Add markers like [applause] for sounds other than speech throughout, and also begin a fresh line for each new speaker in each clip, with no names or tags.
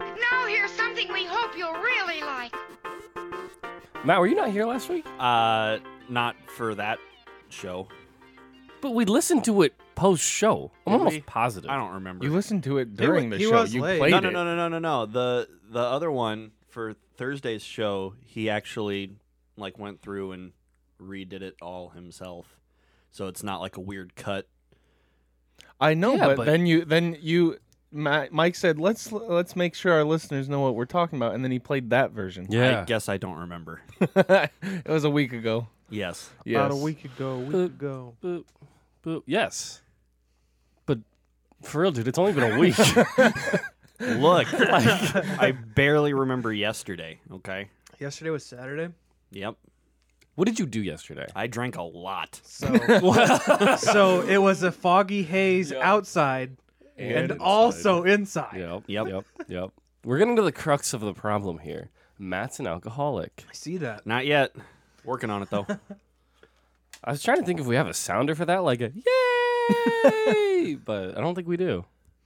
Now here's something we hope you'll really like.
Matt, were you not here last week?
Uh, not for that show.
But we listened to it post show. I'm
Did
almost
we?
positive.
I don't remember.
You listened to it during the
he
show.
was
you
late.
played
no, no,
it.
no, no, no, no, no. The the other one for Thursday's show, he actually like went through and redid it all himself. So it's not like a weird cut.
I know,
Yeah,
but,
but-
then you then you Ma- Mike said let's let's make sure our listeners know what we're talking about, and then he played that version.
Yeah.
I guess I don't remember.
[laughs] it was a week ago.
yes.
Yes.
ago,
week Uh,
ago.
Boop, boop. Yes. But for real, dude, it's only been
[laughs]
a week.
Look, I barely remember yesterday, okay?
Yesterday was Saturday,
Yep.
what did you do yesterday?
I drank a lot.
so so it was a foggy haze outside and, also inside.
Yep.
Yep.
Yep. Yep. We're getting to the crux of the problem here. Matt's an alcoholic.
I see that.
Not yet. Working on it though.
I was trying to think if we have a sounder for that, like a yay,
[laughs]
but I don't think we do.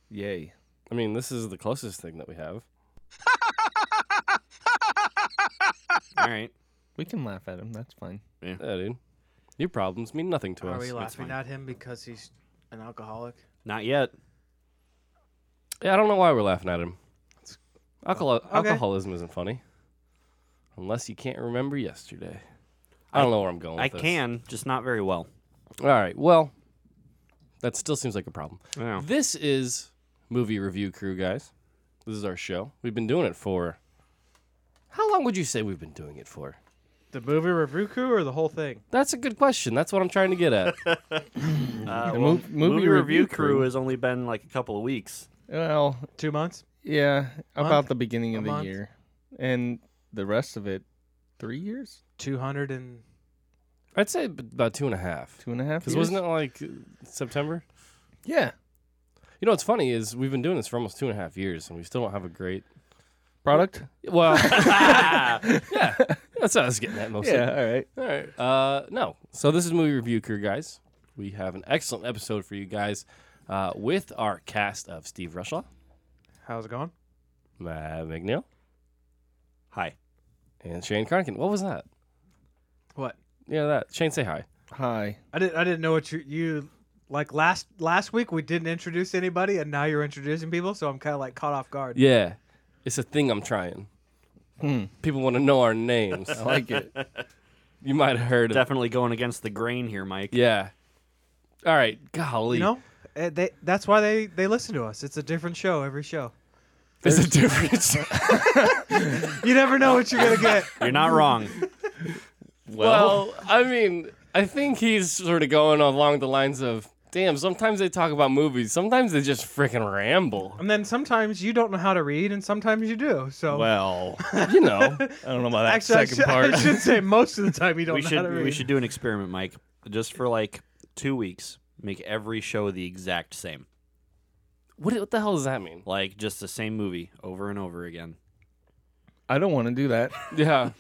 Yay.
I mean, this is the closest thing that we have.
all right.
We can laugh at him. That's fine.
Yeah, dude. Your problems mean nothing to
Are
us.
we laughing
fine.
at him because he's an alcoholic?
Not yet.
Yeah, I don't know why we're laughing at him. Alcohol- Alcoholism isn't funny. Unless you can't remember yesterday. I don't know where I'm going with
I
this.
can, just not very well.
All right, well, that still seems like a problem.
Yeah.
This is Movie Review Crew, guys. This is our show. We've been doing it for. How long would you say we've been doing it for?
The movie review crew or the whole thing?
That's a good question. That's what I'm trying to get
[laughs]
at.
Uh,
The
well,
Mm-hmm. mov- movie
movie
review
review crew
crew.
has only been like a couple of weeks.
Well,
Two months?
yeah, about
Month?
the beginning
A
of the
month?
year, and the rest of it, three years,
Two hundred and
I'd say b- about two and a half.
two and a half.
Because
years?
wasn't it like uh, September?
Yeah.
You know what's funny is we've been doing this for almost two and a half years, and we still don't have a great.
Product.
Well, [laughs] yeah, that's what I was getting at mostly.
Yeah. All right.
All right. Uh, no. So this is movie review crew, guys. We have an excellent episode for you guys uh, with our cast of Steve Rushlaw,
how's it going?
Matt McNeil,
Hi.
and Shane Carnkin. What was that?
What?
Yeah, that Shane, say hi.
Hi.
I didn't I didn't know what you you like last last week we didn't introduce anybody and now you're introducing people, so I'm kinda like caught off guard.
Yeah, it's a thing I'm trying.
Hmm.
People want to know our names.
[laughs] I like it.
you might have heard of.
Definitely going against the grain here, Mike.
Yeah. All right. Golly.
You know? Eh, They, that's why they, they listen to us. It's a different show every show.
there's a difference.
You never know
[laughs]
what you're gonna get.
You're not wrong.
Well, I mean, I think he's sort of going along the lines of, damn, sometimes they talk about movies, sometimes they just freaking ramble.
And then sometimes you don't know how to read, and sometimes you do. So
Well,
You know.
I don't know about that
actually, I,
second
should-
part.
I
[laughs]
should say most of the time you don't
we
know how to
should
read.
we should do an experiment, Mike. Just for like two weeks, make every show the exact same,
what, what the hell does that mean?
like just the same movie over and over again.
I don't want to do [laughs] that.
Yeah.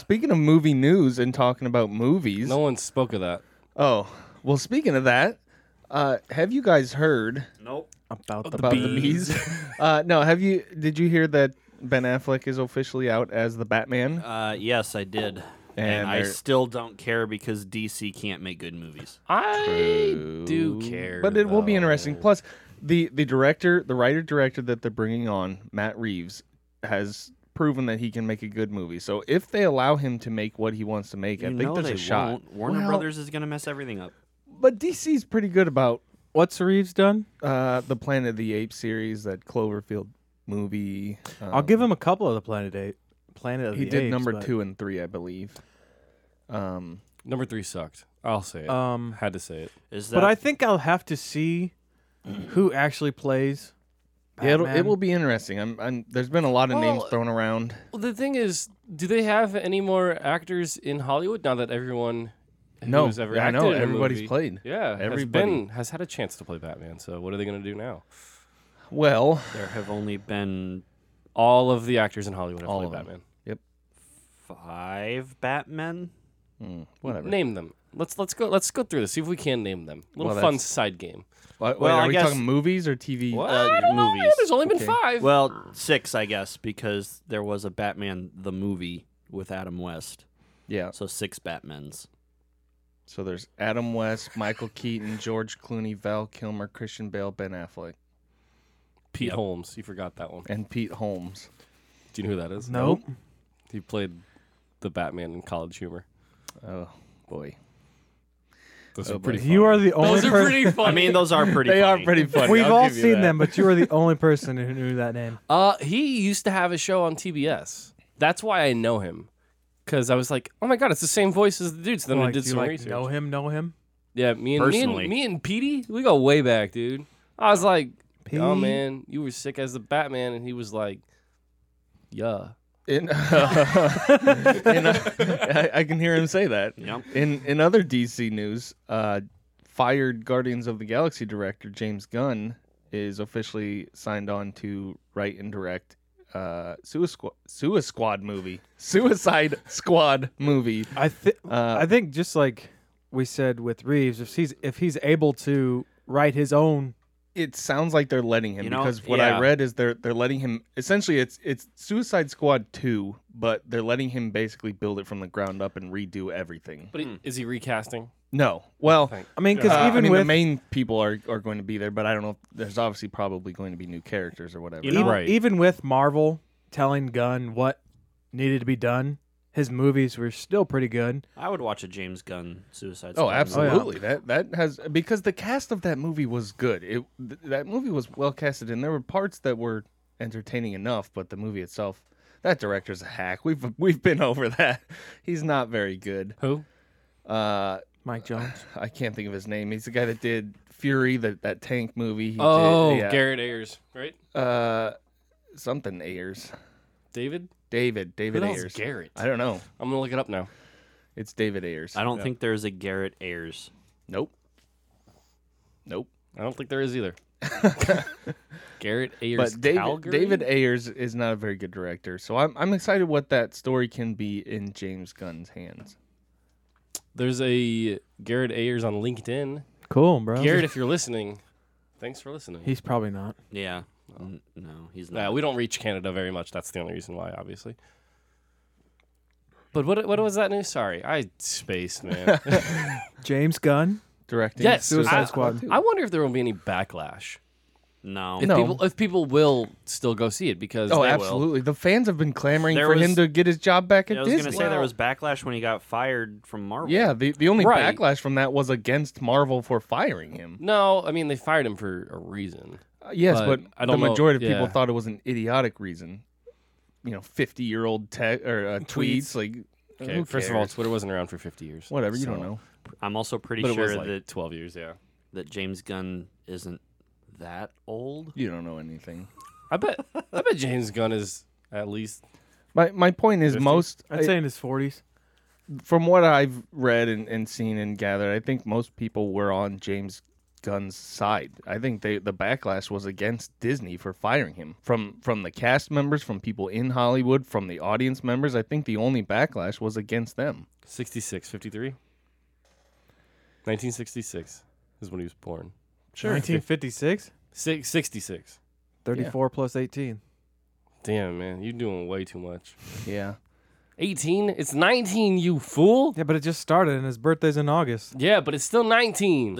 Speaking of movie news and talking about movies.
No one spoke of that.
Oh, well, speaking of that, uh, have you guys heard
Nope.
about the, bees? [laughs] uh, no, have you? Did you hear that Ben Affleck is officially out as the Batman?
Uh, yes, I did, and,
And
I
there-
still don't care because DC can't make good movies.
I do care.
but it will be
though.
interesting. Plus, the the director, the writer director that they're bringing on, Matt Reeves, has proven that he can make a good movie. So if they allow him to make what he wants to make, I
You
think
know
there's
they
a shot.
won't. Warner
Well,
Brothers is gonna mess everything up.
But DC's pretty good about
What's Reeves done?
uh, the Planet of the Apes series, that Cloverfield movie. uh,
I'll give him a couple of the Planet Eight. Planet of
He
the
did
Apes,
number
but,
two and three, I believe. Um,
Number three sucked. I'll say it.
Um,
Had to say it.
Is that?
but I think I'll have to see who actually plays
Yeah, it'll,
Batman.
it will be interesting. I'm, I'm, there's been a lot of names
Well,
thrown around.
Well, the thing is, do they have any more actors in Hollywood now that everyone
No,
who's ever
yeah, I
acted
know,
in a
everybody's
movie-
played.
Yeah,
Everybody.
has been has had a chance to play Batman. So what are they going to do now?
Well,
There have only been
All of the actors in Hollywood have
All
played
of them.
Batman.
five Batmen.
whatever.
Name them. Let's let's go let's go through this. See if we can name them. Little
Well,
fun
that's-
side game. Uh,
Wha- wait,
well,
are
I
we
guess-
talking movies or TV?
I don't know, man.
movies.
There's only been
Okay.
five.
Well, six, I guess, because there was a Batman the movie with Adam West.
Yeah.
So six Batmans.
So there's Adam West, Michael Keaton, George Clooney, Val Kilmer, Christian Bale, Ben Affleck,
Pete Holmes. You forgot that one.
and Pete Holmes.
Do you know who that is?
Nope.
He played the Batman in College Humor.
Oh boy,
Those
Oh,
are pretty.
boy.
Fun.
You are the only
Those are
person.
pretty funny.
I mean, those are pretty.
they
funny.
are pretty [laughs] funny.
We've
I'll
all
give you
seen
that.
them, but you
[laughs]
are the only person who knew that name.
Uh, he used to have a show on TBS. That's why I know him. Cause I was like, oh my god, it's the same voice as the dudes. Then I
Like,
did
do you
some
like
research.
know him? Know him?
Yeah, me and me and,
Personally.
me and Petey, we go way back, dude. I was like, oh
Pete?
man, you were sick as the Batman, and he was like, yeah.
In, [laughs] in, uh, [laughs] I, I can hear him say that.
Yep.
In in other DC news, uh, fired Guardians of the Galaxy director James Gunn is officially signed on to write and direct uh Suicide Suicide Squad movie. [laughs] Suicide Squad movie.
I think
Uh,
I think just like we said with Reeves, if he's if he's able to write his own,
It sounds like they're letting him
You know,
because what
yeah.
I read is they're they're letting him essentially it's it's Suicide Squad 2, but they're letting him basically build it from the ground up and redo everything.
But he- is he recasting?
No. Well,
Thank-
I mean, because
Uh,
even
I mean, the
with
main people are, are going to be there, but I don't know. If, there's obviously probably going to be new characters or whatever.
You
even,
know-
Right.
even with Marvel telling Gunn what needed to be done, his movies were still pretty good.
I would watch a James Gunn Suicide Squad.
oh,
movie.
absolutely. That that has because the cast of that movie was good. It th- that movie was well casted, and there were parts that were entertaining enough, but the movie itself. That director's a hack. We've we've been [laughs] over that. He's not very good.
Who?
Uh,
Mike Jones.
I can't think of his name. He's the guy that did Fury, that that tank movie. He
Oh,
did, yeah.
Garrett Ayers, right?
Uh, something Ayers.
David.
David.
Who
David
the hell's
Ayers.
Garrett?
I don't know.
I'm gonna look it up now.
It's David Ayers.
I don't think there's a Garrett Ayers.
Nope. Nope.
I don't think there is
[laughs]
either. Garrett Ayers,
But David,
Calgary?
David Ayers is not a very good director, so I'm I'm excited what that story can be in James Gunn's hands.
There's a Garrett Ayers on LinkedIn.
Cool, bro.
Garrett, [laughs] if you're listening, thanks for listening.
He's probably not.
Yeah. N- No, he's
Nah,
not.
we don't reach Canada very much. That's the only reason why, obviously. But what what was that news? Sorry, I spaced, [laughs] man.
James Gunn.
Directing
Yes,
Suicide
I-
Squad.
I wonder if there will be any backlash.
no.
If
No.
people if people will still go see it because
Oh,
they will.
absolutely. The fans have been clamoring
There
for
was-
him to get his job back at
I was
Disney.
gonna say there was backlash when he got fired from Marvel.
yeah, the, the only
Right.
backlash from that was against Marvel for firing him.
No, I mean they fired him for a reason.
Uh, yes,
But
but,
I don't
the
know-
majority of
yeah.
people thought it was an idiotic reason. You know, 50 year old te- or uh, tweets. Like,
Okay,
Uh, who
first of all,
cares?
Twitter wasn't around for 50 years.
whatever. You
so-
don't know.
I'm also pretty
But it
sure
was like
that
12 years, yeah.
that James Gunn isn't that old.
You don't know anything.
I bet I bet James Gunn is at least
My my point is
50?
most
I'd say in his forties.
from what I've read and, and seen and gathered, I think most people were on James Gunn's side. I think they the backlash was against Disney for firing him. From from the cast members, from people in Hollywood, from the audience members, I think the only backlash was against them.
66, 53. 1966 is when he was born.
Sure. 1956.
Six, 66.
34 plus 18.
Damn, man, you're doing way too much.
[laughs] Yeah.
18? It's 19, you fool.
Yeah, but it just started, and his birthday's in August.
Yeah, but it's still 19.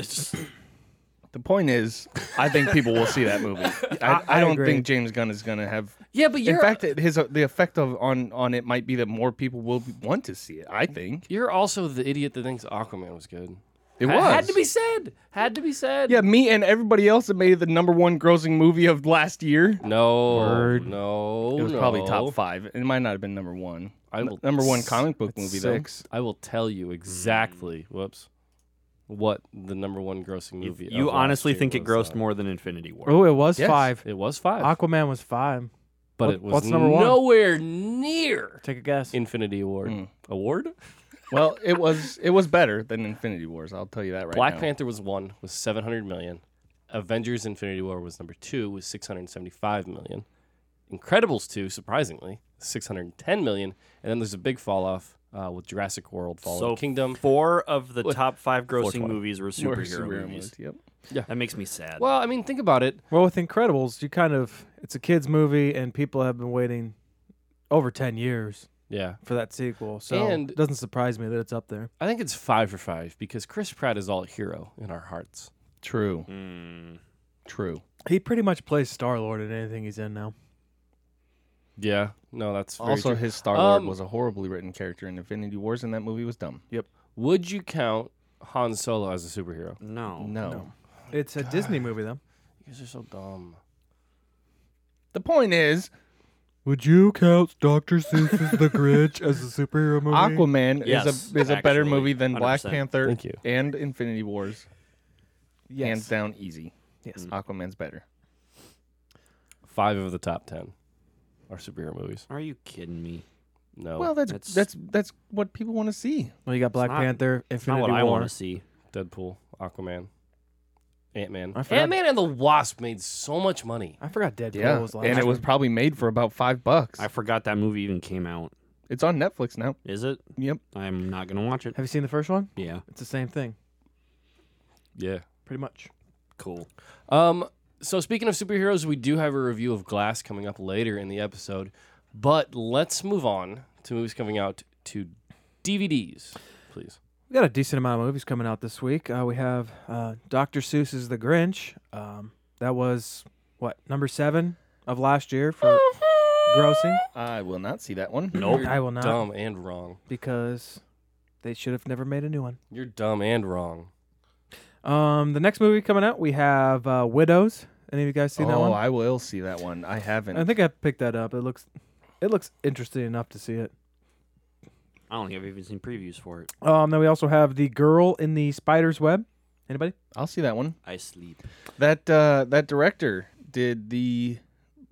The point is, I think people will see that
[laughs]
movie. I, I,
I
don't
agree.
think James Gunn is going to have.
Yeah, but you're
in fact, it- his the effect of on on it might be that more people will want to see it. I think
you're also the idiot that thinks Aquaman was good.
it
Ha-
was
had to be said. Had to be said.
Yeah, me and everybody else that made it the number one grossing movie of last year.
No.
Word.
No.
it was
no.
probably top five. It might not have been number one.
I will
number one
s-
comic book movie
Six.
I will tell you exactly. Whoops. what the number one grossing
Mm. You,
movie.
you
of last
honestly
year
think it
was,
grossed
uh,
more than Infinity War?
Oh, it was
Yes.
five.
It was five,
Aquaman was five.
but
what-
it was
what's number one?
nowhere near
Take a guess.
Infinity Award.
Mm.
Award?
Well, it was it was better than Infinity Wars. I'll tell you that right
Black
now.
Panther was one with 700 million. Avengers Infinity War was number two with 675 million. Incredibles 2, surprisingly, 610 million. And then there's a big fall off uh, with Jurassic World, Fallen
so
Kingdom.
Four of the
What?
top five grossing
420.
movies were
More
superhero,
superhero
movies.
movies, Yep.
That makes me sad.
Well, I mean, think about it.
Well, with Incredibles, you kind of it's a kids movie, and people have been waiting over ten years
Yeah.
for that sequel. So
And-
it doesn't surprise me that it's up there.
I think it's five for five because Chris Pratt is all hero in our hearts.
True. Hmm.
Mm.
True.
He pretty much plays Star Lord in anything he's in now.
Yeah. No, that's very
also,
true.
his Star Lord
Um,
was a horribly written character in Infinity Wars, and that movie was dumb.
Would you count Han Solo as a superhero?
No.
No.
It's a Disney movie, though.
You guys are so dumb.
The point is,
Would you count Doctor Seuss's The Grinch as a superhero movie?
Aquaman
Yes,
is a is a better
actually,
movie than Black
100%.
Panther
Thank you.
and Infinity Wars. Hands
Yes.
down, easy.
Yes.
Mm.
Aquaman's better.
Five of the top 10 are superhero movies.
Are you kidding me?
No.
Well, that's
It's-
that's that's, what people want to see.
Well, you got Black
not-
Panther,
It's not
Infinity
what I
War.
want to see.
Deadpool, Aquaman, Ant Man.
I forgot-
Ant Man and the Wasp made so much money.
I forgot Deadpool
Yeah,
was last.
and it was
year.
probably made for about five bucks.
I forgot that movie even came out.
It's on Netflix now.
Is it?
Yep.
I'm not gonna watch it.
Have you seen the first one?
Yeah.
It's the same thing,
Yeah.
pretty much.
Cool.
Um. So speaking of superheroes, we do have a review of Glass coming up later in the episode, but let's move on to movies coming out to DVDs, please.
We got a decent amount of movies coming out this week. Uh, we have uh, Dr. Seuss's The Grinch. Um, that was what number seven of last year for grossing.
I will not see that one.
[laughs]
Nope.
I will not
Dumb and wrong.
because they should have never made a new one.
You're dumb and wrong.
Um, the next movie coming out, we have uh, Widows. Any of you guys seen that
Oh,
one?
I will see that one. I haven't.
I think I picked that up. It looks, it looks interesting enough to see it.
I don't think I've even seen previews for it.
Um, then we also have the girl in the spider's web. Anybody?
I'll see that one.
I sleep.
That uh, that director did the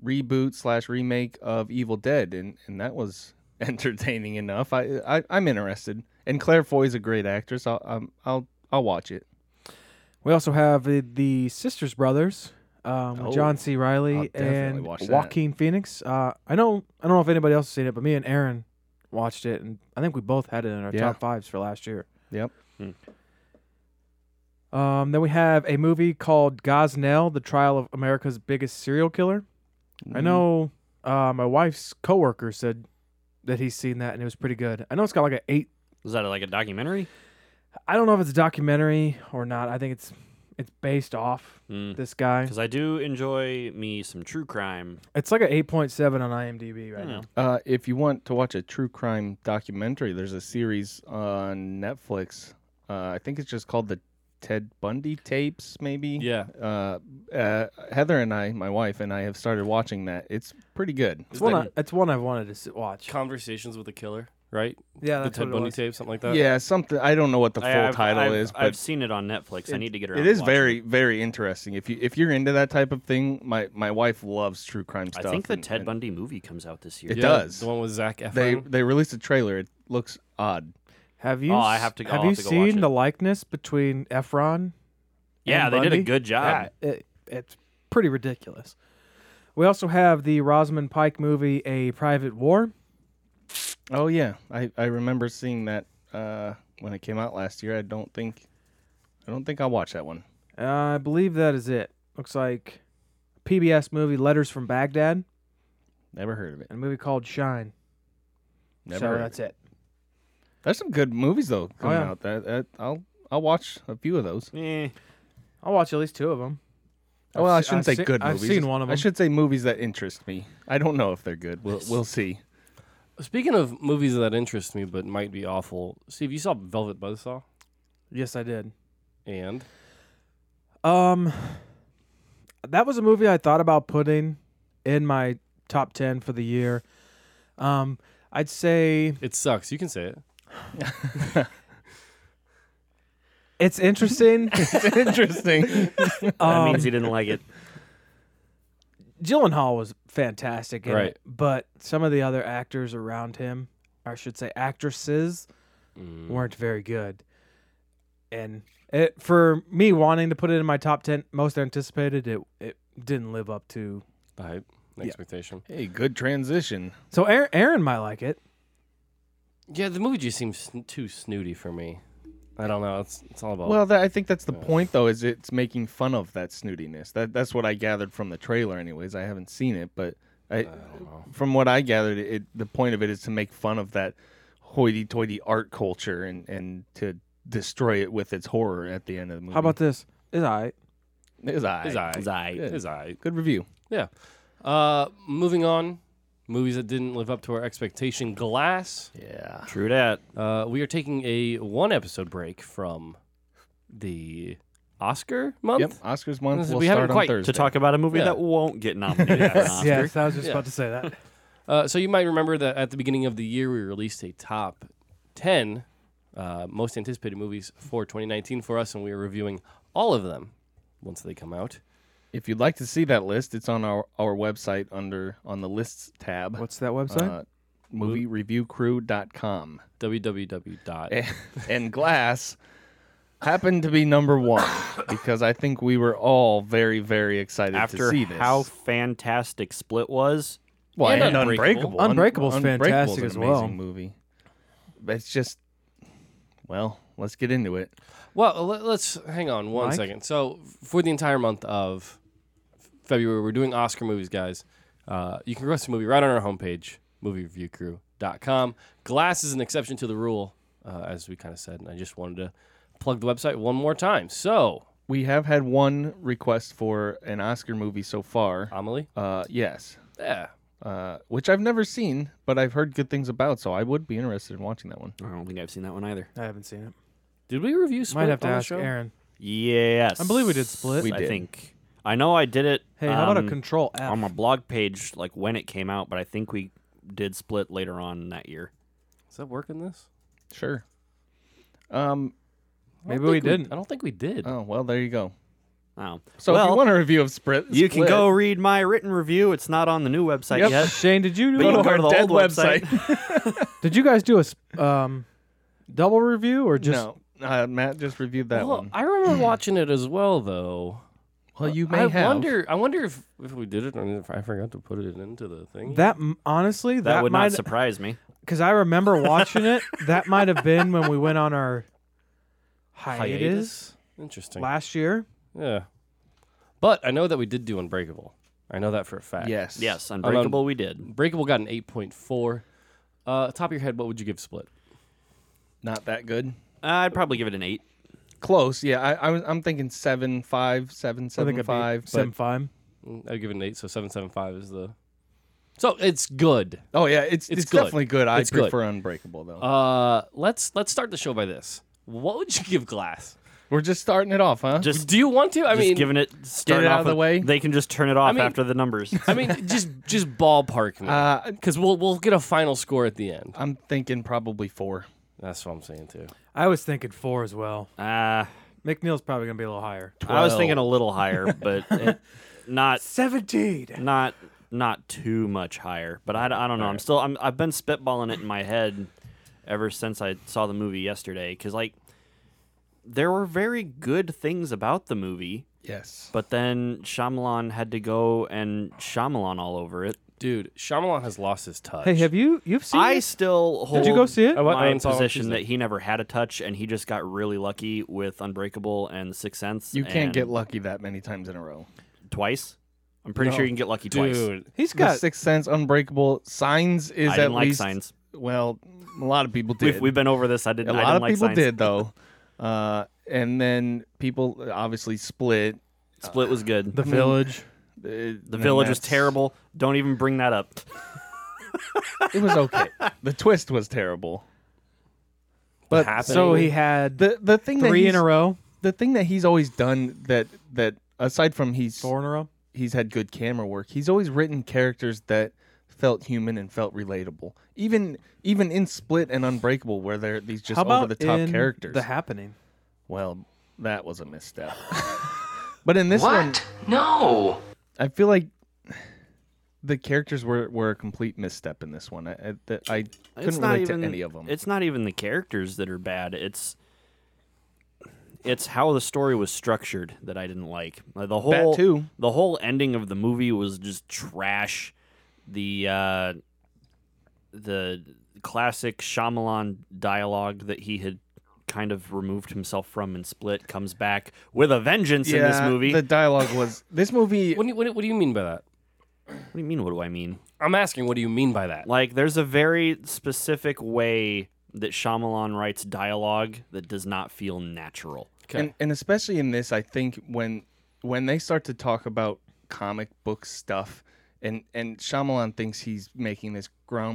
reboot slash remake of Evil Dead, and, and that was [laughs] entertaining enough. I, I I'm interested. And Claire Foy's a great actress. I'll um, I'll I'll watch it.
We also have uh, the Sisters Brothers, um, with
Oh,
John C.
I'll
Riley
definitely
and
watch that.
Joaquin Phoenix. Uh, I know I don't know if anybody else has seen it, but me and Aaron watched it, and I think we both had it in our
Yeah.
top fives for last year.
Yep.
Um, then we have a movie called Gosnell: The Trial of America's Biggest Serial Killer. I
Mm-hmm.
know uh, my wife's coworker said that he's seen that and it was pretty good. I know it's got like an eight
Is that like a documentary?
I don't know if it's a documentary or not. I think it's it's based off
Hmm.
Because
this guy.
Hmm. I do enjoy me some true crime.
It's like an eight point seven on IMDb right
Hmm.
now.
Uh, if you want to watch a true crime documentary, there's a series on Netflix. Uh, I think it's just called the Ted Bundy tapes, maybe.
Yeah.
Uh, uh, Heather and I, my wife and I, have started watching that. It's pretty good.
It's one. I, it's one I've wanted to s- watch.
Conversations with a killer, right?
Yeah,
the
that's
Ted
what it
Bundy
was.
tape, something like that.
Yeah, something. I don't know what the full
I- I've-
title
I've-
is, but
I've seen it on Netflix. I need to get around.
it
to
is
watching
very, very interesting. If you if you're into that type of thing, my my wife loves true crime
I
stuff.
think the
and-
Ted
and
Bundy movie comes out this year.
It
Yeah,
does.
The one with Zach
They
Efron.
they released a trailer. It looks odd.
Have you?
Oh, I
s-
have to- I'll
Have
have
you
to go watch
seen the
it.
likeness between Efron?
yeah,
and
they did a
Bundy?
good job.
Yeah, it, it's pretty ridiculous. We also have the Rosamund Pike movie, A Private War.
Oh yeah, I I remember seeing that uh, when it came out last year. I don't think, I don't think I'll watch that one.
Uh, I believe that is it. Looks like PBS movie, Letters from Baghdad,
Never heard of it.
and a movie called Shine.
Never.
so
heard
that's
of it.
it.
There's some good movies though coming
Oh, yeah.
out. That, that I'll I'll watch a few of those.
Eh,
I'll watch at least two of them.
well, I
I've se-
shouldn't
I've
say
se-
good
I've
movies.
seen one of
I
'em.
should say movies that interest me. I don't know if they're good. We'll we'll see.
Speaking of movies that interest me but might be awful, Steve, you saw Velvet Buzzsaw,
Yes, I did.
and
Um, that was a movie I thought about putting in my top ten for the year. Um, I'd say
it sucks. You can say it.
It's interesting. Um,
It's
[laughs]
interesting.
that means he didn't like it.
Gyllenhaal was fantastic, in it,
Right.
but some of the other actors around him, or I should say actresses, weren't very good. And it for me wanting to put it in my top ten most anticipated, it it didn't live up to.
The hype, the expectation.
hey, good transition.
So Aaron, Aaron might like it.
Yeah, the movie just seems sn- too snooty for me. I don't know. It's it's all about.
Well, that, I think that's the point, though, is it's making fun of that snootiness. That that's what I gathered from the trailer, anyways. I haven't seen it, but I,
Uh,
from what I gathered, it the point of it is to make fun of that hoity-toity art culture and and to destroy it with its horror at the end of the movie.
How about this? Is I
[laughs] His eye.
is I
It's aight.
is I.
Good review.
Yeah. Uh, moving on, movies that didn't live up to our expectation. Glass.
Yeah.
True that.
Uh, we are taking a one episode break from the Oscar month.
Yep. Oscars month.
Listen,
We'll
we haven't
start on
quite- to
Thursday.
To talk about a movie
Yeah.
that won't
[laughs]
get nominated for an Oscar.
yes, I was just
Yeah.
about to say that.
Uh, so you might remember that at the beginning of the year we released a top ten uh, most anticipated movies for 2019 for us, and we are reviewing all of them once they come out.
If you'd like to see that list, it's on our, our website under on the lists tab.
What's that website?
Uh, moviereviewcrew.com.
www. dot
[laughs] Eh. and Glass happened to be number one because I think we were all very, very excited
After
to see this.
how fantastic Split was,
well,
And
and
Unbreakable.
Unbreakable.
Unbreakable's
Un-
fantastic
an
as well.
amazing Movie. But it's just, well, let's get into it.
Well, le- let's hang on one
Mike?
second. So, for the entire month of F- February, we're doing Oscar movies, guys. Uh, you can request a movie right on our homepage, moviereviewcrew.com. Glass is an exception to the rule, uh, as we kind of said, and I just wanted to plug the website one more time. So,
We have had one request for an Oscar movie so far.
Amelie?
Uh, yes.
Yeah.
Uh, which I've never seen, but I've heard good things about, so I would be interested in watching that one.
I don't think I've seen that one either.
I haven't seen it.
Did we review Split
Might have to
on the
ask
show?
Aaron.
Yes,
I believe we did Split.
We
I
did.
think I know I did it.
Hey, how about a
um,
control F?
on my blog page, like when it came out, but I think we did Split later on that year.
Is that working this?
Sure. Um.
I don't
Maybe we
think
didn't.
I don't think we did.
Oh well, there you go.
Oh,
So
well,
if you want a review of Sprit,
you can
Split-
go read my written review. It's not on the new website
Yep. [laughs]
yet.
Shane, did you
But you
Go
can
to
go
our
to the
dead
old website.
did you guys do a s- um, double review or just
no, uh, Matt just reviewed that
well,
one.
I remember watching it as well, though.
well, you
I wonder. I wonder if, if we did it. Or if I forgot to put it into the thing.
that? m-
[laughs]
Honestly,
that,
that,
would
might
not surprise me.
because
[laughs]
I remember watching it. That might have been when we went on our hiatus,
Interesting.
last year.
yeah. But I know that we did do Unbreakable. I know that for a fact.
Yes,
Yes, Unbreakable we did.
Breakable got an 8.4. Uh, top of your head, what would you give Split?
not that good.
I'd probably give it an eight.
Close, yeah. I, I was, I'm thinking seven, five, seven,
I think
seven, five. But,
seven five.
Mm, I'd give it an 8, so 775 is the. So it's good.
oh yeah, it's
It's
it's,
good.
definitely good. I
It's good.
prefer Unbreakable though.
Uh, let's let's start the show by this. What would you [laughs] give Glass?
We're just starting it off, huh?
Just,
Do you want to? I
just
mean,
giving it starting
out
off
of the
with-
way.
They can just turn it off
mean-
after the numbers.
I mean, just just ballpark me,
Uh,
because we'll we'll get a final score at the end.
I'm thinking probably four.
That's what I'm saying too.
I was thinking four as well.
uh,
McNeil's probably gonna be a little higher.
I was thinking a little higher, but it, not
Seventeen.
not not too much higher. But I, I don't know. I'm still I'm, I've been spitballing it in my head ever since I saw the movie yesterday because like there were very good things about the movie,
Yes,
but then Shyamalan had to go and Shyamalan all over it.
Dude, Shyamalan has lost his touch.
Hey, have you you've seen?
I
it?
still hold
Did you go see it?
I went- I
my
went and saw it on
position
Tuesday.
that he never had a touch and he just got really lucky with Unbreakable and Sixth Sense.
you can't
and
get lucky that many times in a row.
twice. I'm pretty sure you can get lucky twice.
Dude,
He's
The
got.
Sixth Sense, Unbreakable, Signs is
I
at
didn't like
least
Signs.
well, a lot of people did.
We've, we've been over this. I didn't.
a
I
lot
didn't
of
like
people
Signs. [laughs]
did though uh, and then people obviously split Uh,
Split was good. Mm-hmm.
the village.
the
The village was terrible. Don't even bring that up.
[laughs] it was
[laughs]
okay the twist was terrible but
So he had
the the thing
three
that
in a
he's-
row,
the thing that he's always done that that aside from he's
four in a row.
he's had good camera work he's always written characters that felt human and felt relatable even even in split and unbreakable where they're these just
How about
over the top
in
characters
The Happening.
Well, that was a misstep. [laughs] but in this one,
No.
I feel like the characters were, were a complete misstep in this one. I, I, that- I couldn't relate to any of them.
It's not even the characters that are bad. It's it's how the story was structured that I didn't like. Uh, The whole
too.
the whole ending of the movie was just trash. The uh, the classic Shyamalan dialogue that he had kind of removed himself from in Split comes back with a vengeance in this movie.
the dialogue was this
[laughs]
movie.
What do, you, what, do- what do you mean by that?
What do you mean? What do I mean?
I'm asking, what do you mean by that?
Like, there's a very specific way that Shyamalan writes dialogue that does not feel natural.
Okay.
And, and especially in this, I think when when they start to talk about comic book stuff, and and Shyamalan thinks he's making this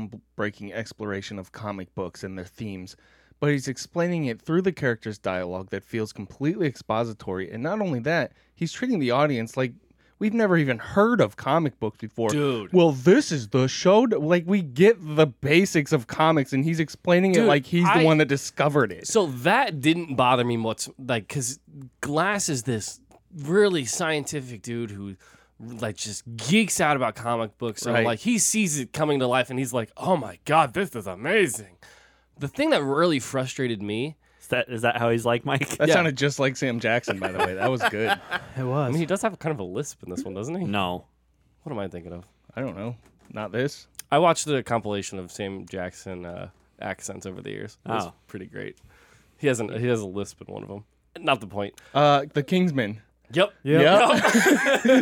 groundbreaking exploration of comic books and their themes, but he's explaining it through the characters' dialogue that feels completely expository. And not only that, he's treating the audience like we've never even heard of comic books before.
Dude.
well, this is the show. that- Like we get the basics of comics, and he's explaining it
Dude,
like he's
I-
the one that discovered it.
So that didn't bother me much, like, because Glass is this really scientific dude who, like, just geeks out about comic books. So,
Right.
like, he sees it coming to life and he's like, oh my God, this is amazing. The thing that really frustrated me,
Is that is that how he's like, Mike?
That sounded just like Sam Jackson, by the way. That was
[laughs]
good.
It
I
was.
mean, he does have kind of a lisp in this one, doesn't he?
no.
What am I thinking of?
I don't know. Not this.
I watched the compilation of Sam Jackson uh, accents over the years. It was
Oh.
pretty great. He hasn't. He has a lisp in one of them. Not the point.
Uh, the Kingsman.
Yep.
Yeah,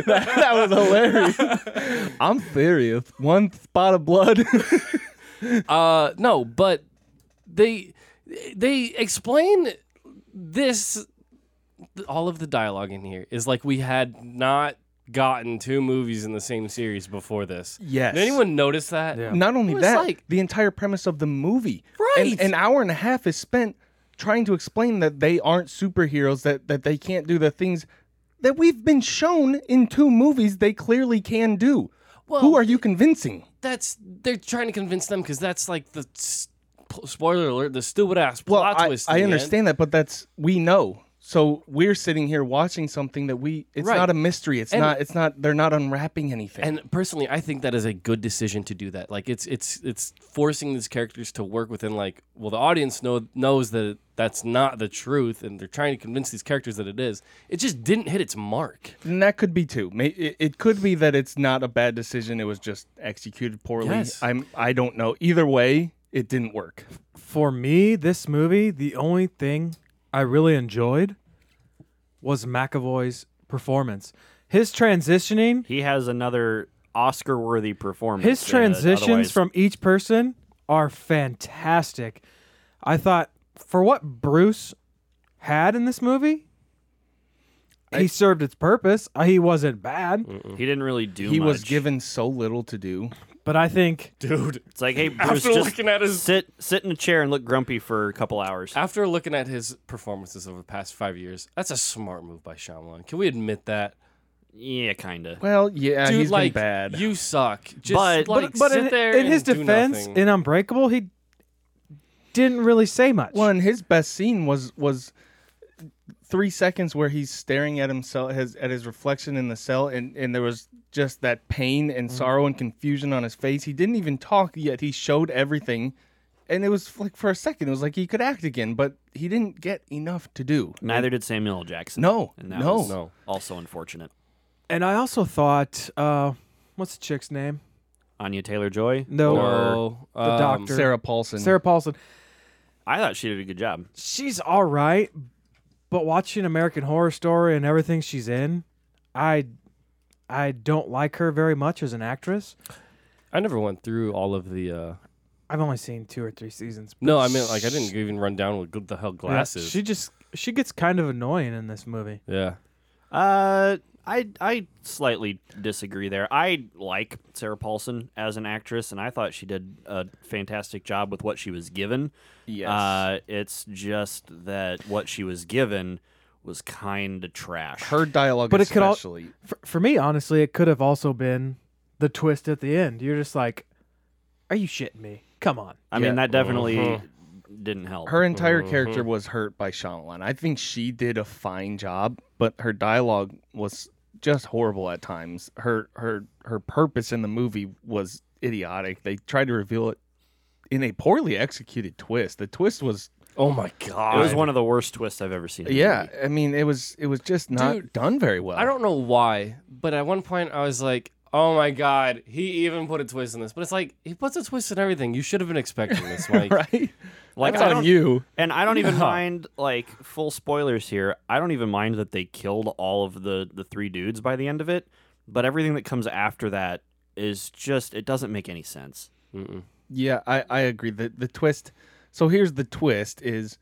that
[laughs]
was hilarious. I'm furious. One spot of blood. [laughs]
Uh, no, but they they explain this. All of the dialogue in here is like we had not gotten two movies in the same series before this.
Yes.
Did anyone notice that?
Yeah.
Not only
It was
that,
like-
the entire premise of the movie.
Right.
An, an hour and a half is spent trying to explain that they aren't superheroes. That that they can't do the things that we've been shown in two movies they clearly can do.
Well,
Who are you convincing?
That's they're trying to convince them because that's like the s- spoiler alert, the stupid ass
Well,
plot
I,
twist. in
I
the end.
understand that, but that's we know. So we're sitting here watching something that we it's
Right.
not a mystery. It's
And-
not it's not they're not unwrapping anything.
And personally, I think that is a good decision to do that. Like it's it's it's forcing these characters to work within like well, the audience know knows that that's not the truth, and they're trying to convince these characters that it is. It just didn't hit its mark.
And that could be too. May- It, it could be that it's not a bad decision. It was just executed poorly.
Yes.
I'm. I don't know. Either way, it didn't work.
[laughs] For me, this movie, the only thing I really enjoyed was McAvoy's performance. His transitioning,
He has another Oscar worthy performance.
his
in it,
transitions
otherwise-
from each person are fantastic. I thought for what Bruce had in this movie, he served its purpose. Uh, He wasn't bad,
he didn't really do
He was
much.
given so little to do.
but I think
It's like, hey, Bruce,
After
just
looking at his-
sit sit in a chair and look grumpy for a couple hours.
After looking at his performances over the past five years, that's a smart move by Shyamalan. Can we admit that?
yeah, kinda.
Well, yeah,
Dude,
he's
like
been bad.
you suck. Just
But-
like
but
sit
in,
there
in his
and do
defense,
nothing.
in Unbreakable, he didn't really say much.
One. His best scene was was three seconds where he's staring at himself his, at his reflection in the cell, and and there was just that pain and
Mm-hmm.
sorrow and confusion on his face. He didn't even talk yet. He showed everything. And it was like for a second, it was like he could act again, but he didn't get enough to do.
Neither did Samuel L. Jackson.
No,
and that
no.
was
No.
also unfortunate.
and I also thought, uh, what's the chick's name?
Anya Taylor Joy.
No,
No,
the
um,
doctor,
Sarah Paulson.
Sarah Paulson.
I thought she did a good job.
she's all right, but watching American Horror Story and everything she's in, I I don't like her very much as an actress.
I never went through all of the. Uh,
I've only seen two or three seasons. but
no, I mean, like I didn't even run down with good the hell glasses.
She just she gets kind of annoying in this movie.
yeah.
Uh, I I slightly disagree there. I like Sarah Paulson as an actress, and I thought she did a fantastic job with what she was given.
Yes.
Uh, it's just that what she was given was kind of trash.
her dialogue
But it could al-
especially.
For, for me, honestly, it could have also been the twist at the end. You're just like, are you shitting me? Come on.
I mean, that definitely didn't help.
Mm-hmm. her entire character was hurt by Shyamalan. I think she did a fine job, but her dialogue was just horrible at times. Her her her purpose in the movie was idiotic. They tried to reveal it in a poorly executed twist. The twist was
Oh my god!
it was one of the worst twists I've ever seen. in a
yeah,
movie.
I mean it was it was just not
Dude,
done very well.
I
[laughs]
don't know why, but at one point I was like, "Oh my god, he even put a twist in this." But it's like he puts a twist in everything. You should have been expecting
[laughs]
this, Mike.
right?
like
That's
I
on
don't,
you.
and I don't even
Yeah.
mind like full spoilers here. I don't even mind that they killed all of the the three dudes by the end of it, but everything that comes after that is just it doesn't make any sense.
Mm-mm.
Yeah, I, I agree. The the twist so here's the twist is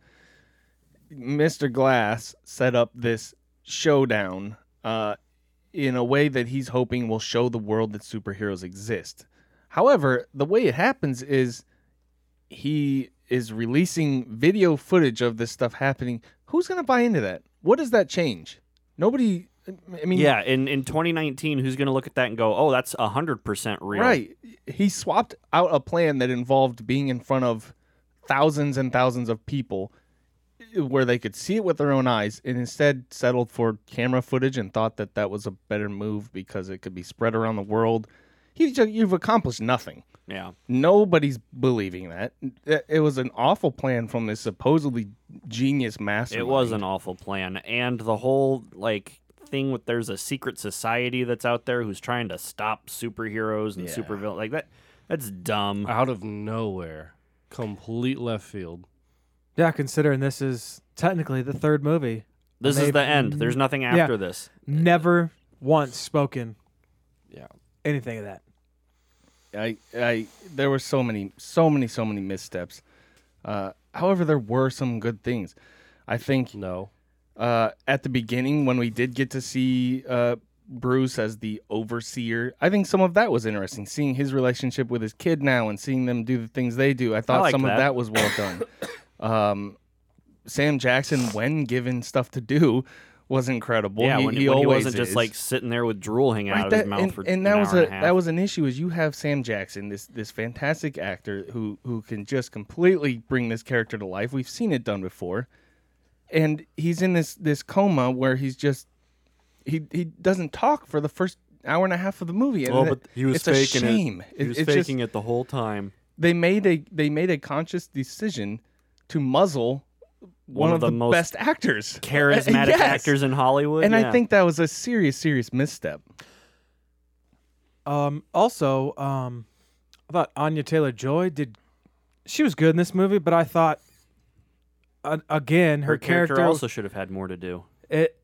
Mr. Glass set up this showdown uh, in a way that he's hoping will show the world that superheroes exist. However, the way it happens is he is releasing video footage of this stuff happening. Who's going to buy into that? What does that change? Nobody. I mean,
Yeah, in in 2019, who's going to look at that and go, "Oh, that's 100% real."
Right. He swapped out a plan that involved being in front of thousands and thousands of people eh, where they could see it with their own eyes and instead settled for camera footage and thought that that was a better move because it could be spread around the world. He just, you've accomplished nothing.
Yeah.
Nobody's believing that. It- It was an awful plan from this supposedly genius master.
It was an awful plan, and the whole like thing with there's a secret society that's out there who's trying to stop superheroes and super supervillain like that. That's dumb.
Uh,
Out of nowhere, complete left field.
Yeah, considering this is technically the third movie,
This is
they've-
the end.
Mhm.
There's nothing after this.
never once spoken
Yeah.
anything of that.
I, I, there were so many, so many, so many missteps. Uh, however, there were some good things. I think
No.
uh, at the beginning when we did get to see uh, Bruce as the overseer. I think some of that was interesting, seeing his relationship with his kid now and seeing them do the things they do. I thought
like
some
that.
of that was well
[coughs]
done. um, Sam Jackson, when given stuff to do, was incredible.
yeah,
he,
when,
he
when he
always
wasn't just
is.
like sitting there with drool hanging
Right,
out of
that-
his mouth
and,
for
and
an
that
hour
was
and
a,
a half.
that was an issue is you have Sam Jackson this this fantastic actor who who can just completely bring this character to life we've seen it done before and he's in this this coma where he's just he he doesn't talk for the first hour and a half of the movie and that- it's a shame It- it's just-
it the whole time.
they made a they made a conscious decision to muzzle one, of, the,
most
best actors
[laughs] Charismatic
[laughs] Yes.
actors in Hollywood.
and
yeah.
I think that was a serious serious misstep
Um, also, um, I thought Anya Taylor Joy did. She was good in this movie, but I thought, uh, again, her,
her character also should have had more to do.
it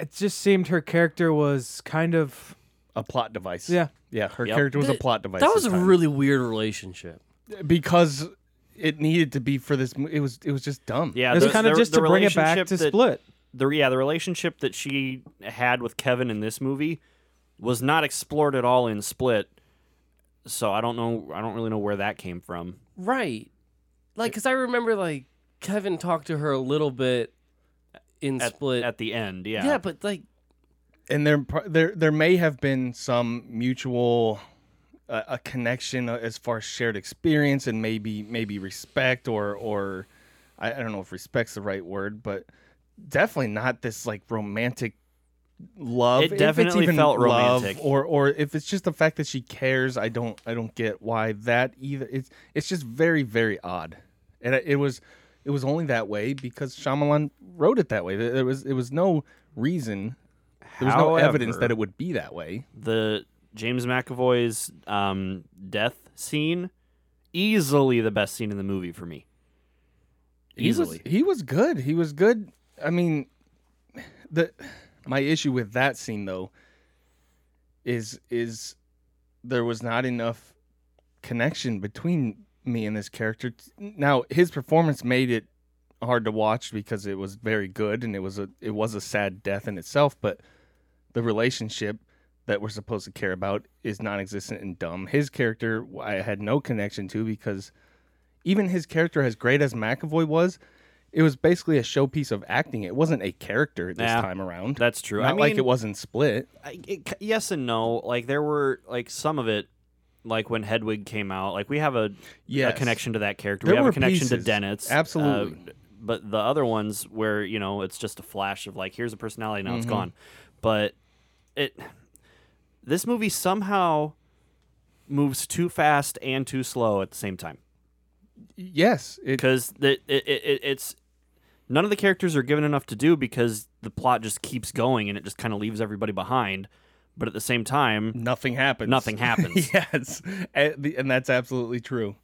it just seemed her character was kind of
a plot device
yeah.
Yeah, her
Yep.
character was a plot device.
That was a
this time.
really weird relationship.
because it needed to be for this. mo- It was it was just dumb.
Yeah,
It was
the-
kind of
the-
just
the
to bring it back
relationship
to
that-
Split.
the yeah the relationship that she had with Kevin in this movie was not explored at all in Split. So I don't know. I don't really know where that came from.
Right. Like, because I remember, like, Kevin talked to her a little bit in
At,
Split.
at the end, yeah.
yeah, but, like,
and there pro- there there may have been some mutual uh, a connection as far as shared experience and maybe maybe respect or or I, I don't know if respect's the right word, but definitely not this like romantic love.
It
If it's
definitely
even
felt
love
romantic.
or or if it's just the fact that she cares. I don't I don't get why that either. It's it's just very very odd, and it, it was. It was only that way because Shyamalan wrote it that way. There there was it was no reason there was no evidence that
However-
it would be that way.
the James McAvoy's um, death scene, easily the best scene in the movie for me. Easily.
He was, he was good. He was good. I mean, the my issue with that scene though is is there was not enough connection between me and this character. Now his performance made it hard to watch because it was very good and it was a it was a sad death in itself, but the relationship that we're supposed to care about is non-existent and dumb. His character I had no connection to because even his character as great as McAvoy was, it was basically a showpiece of acting. It wasn't a character this
Yeah,
time around.
That's true.
Not
I mean,
like it wasn't split.
I- it- yes and no. Like there were like some of it like when Hedwig came out, like we have a, a
Yes.
connection to that character.
There
we have
were
a connection to
pieces.
Dennett's.
Absolutely.
Uh, but the other ones where, you know, it's just a flash of like, here's a personality, now it's
Mm-hmm.
gone. But it this movie somehow moves too fast and too slow at the same time.
Yes, it
Because it, it, it, it's none of the characters are given enough to do because the plot just keeps going and it just kind of leaves everybody behind. But at the same time,
nothing happens.
Nothing happens.
[laughs] yes, and the- and that's absolutely true.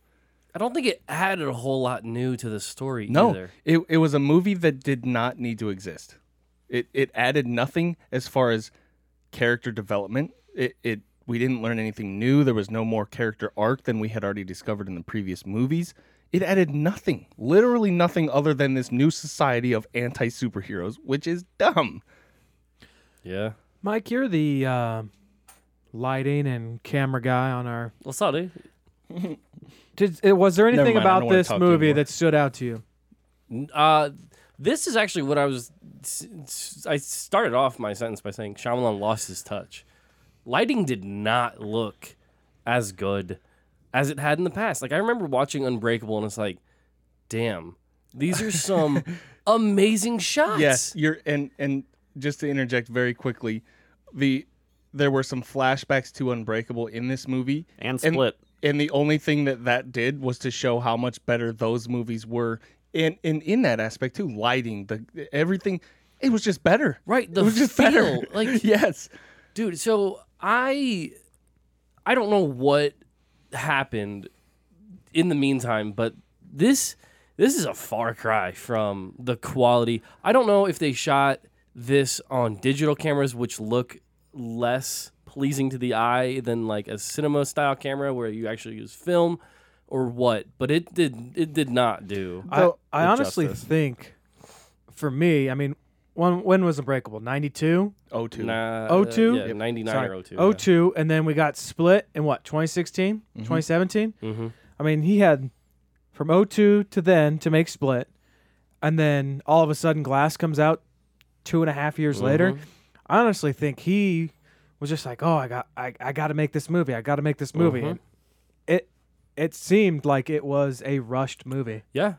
I don't think it added a whole lot new to the story
No,
either.
it, it was a movie that did not need to exist. It it added nothing as far as character development. It it we didn't learn anything new. There was no more character arc than we had already discovered in the previous movies. It added nothing, literally nothing, other than this new society of anti superheroes, which is dumb.
Yeah.
Mike, you're the uh, lighting and camera guy on our.
What's up, dude?
Did uh, was there anything
mind, I don't
about
wanna
this
talk to you
movie
anymore.
that stood out to you?
Uh, this is actually what I was. I started off my sentence by saying Shyamalan lost his touch. Lighting did not look as good as it had in the past. Like I remember watching Unbreakable, and it's like, damn, these are some
[laughs]
amazing shots.
Yes, you're and and just to interject very quickly, the there were some flashbacks to Unbreakable in this movie
And Split.
And, the only thing that that did was to show how much better those movies were. And and in that aspect too, lighting, the everything, it was just better.
Right, the
it was just better.
feel,
[laughs]
like-
yes,
dude so i i don't know what happened in the meantime but this this is a far cry from the quality i don't know if they shot this on digital cameras which look less pleasing to the eye than like a cinema style camera where you actually use film or what but it did it did not do
I, I
with
honestly
justice.
think, for me, I mean, when when was Unbreakable? Ninety two.
oh two.
Nah,
O two?
oh yeah,
Yep.
99 or 02
O oh two, and then we got split in what 2016, 2017.
Mhm.
I mean, he had from O two to then to make split, and then all of a sudden, Glass comes out two and a half years later. I honestly think he was just like, "Oh, I got, I, I got to make this movie. I got to make this movie." And it, it seemed like it was a rushed movie.
Yeah.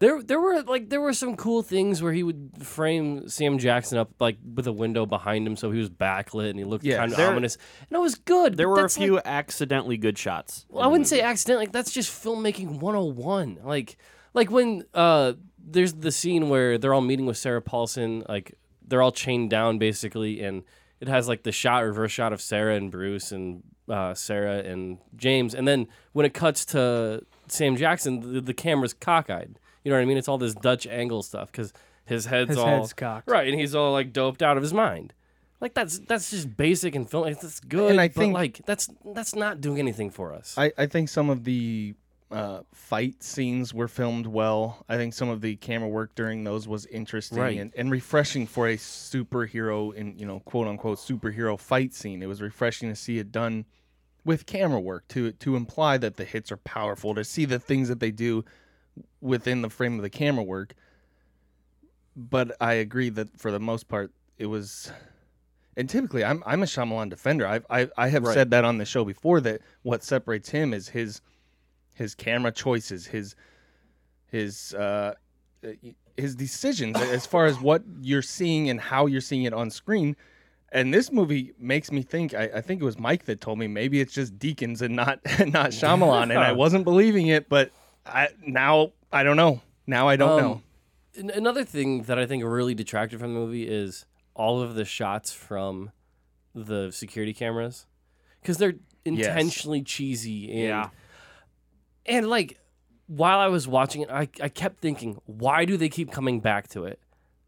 There, there were like there were some cool things where he would frame Sam Jackson up like with a window behind him, so he was backlit and he looked
Yeah,
kind of
there-
ominous. And it was good.
There
but
were a
that's,
few
like-
accidentally good shots.
well, I wouldn't say accident. Like that's just filmmaking 101. Like, like when uh, there's the scene where they're all meeting with Sarah Paulson. Like they're all chained down basically, and it has like the shot reverse shot of Sarah and Bruce and uh, Sarah and James, and then when it cuts to Sam Jackson, the, the camera's cockeyed. You know what I mean? It's all this Dutch angle stuff because his head's
His
all
head's cocked.
right, and he's all like doped out of his mind. Like that's that's just basic and film. That's good,
I
but
think-
like that's that's not doing anything for us.
I, I think some of the uh, fight scenes were filmed well. I think some of the camera work during those was interesting
Right.
and, and refreshing for a superhero in you know quote unquote superhero fight scene. It was refreshing to see it done with camera work to to imply that the hits are powerful to see the things that they do within the frame of the camera work. But I agree that for the most part it was and typically, I'm I'm a Shyamalan defender. I've, I I have said that on the show before that what separates him is his his camera choices, his his uh, his decisions as far as what you're seeing and how you're seeing it on screen. And this movie makes me think. I, I think it was Mike that told me maybe it's just Deacons and not [laughs] and not Shyamalan, and I wasn't believing it, but I now I don't know. Now I don't
Um,
know.
An- another thing that I think really detracted from the movie is all of the shots from the security cameras because they're intentionally cheesy and
Yeah.
and like while I was watching it, I, I kept thinking, why do they keep coming back to it?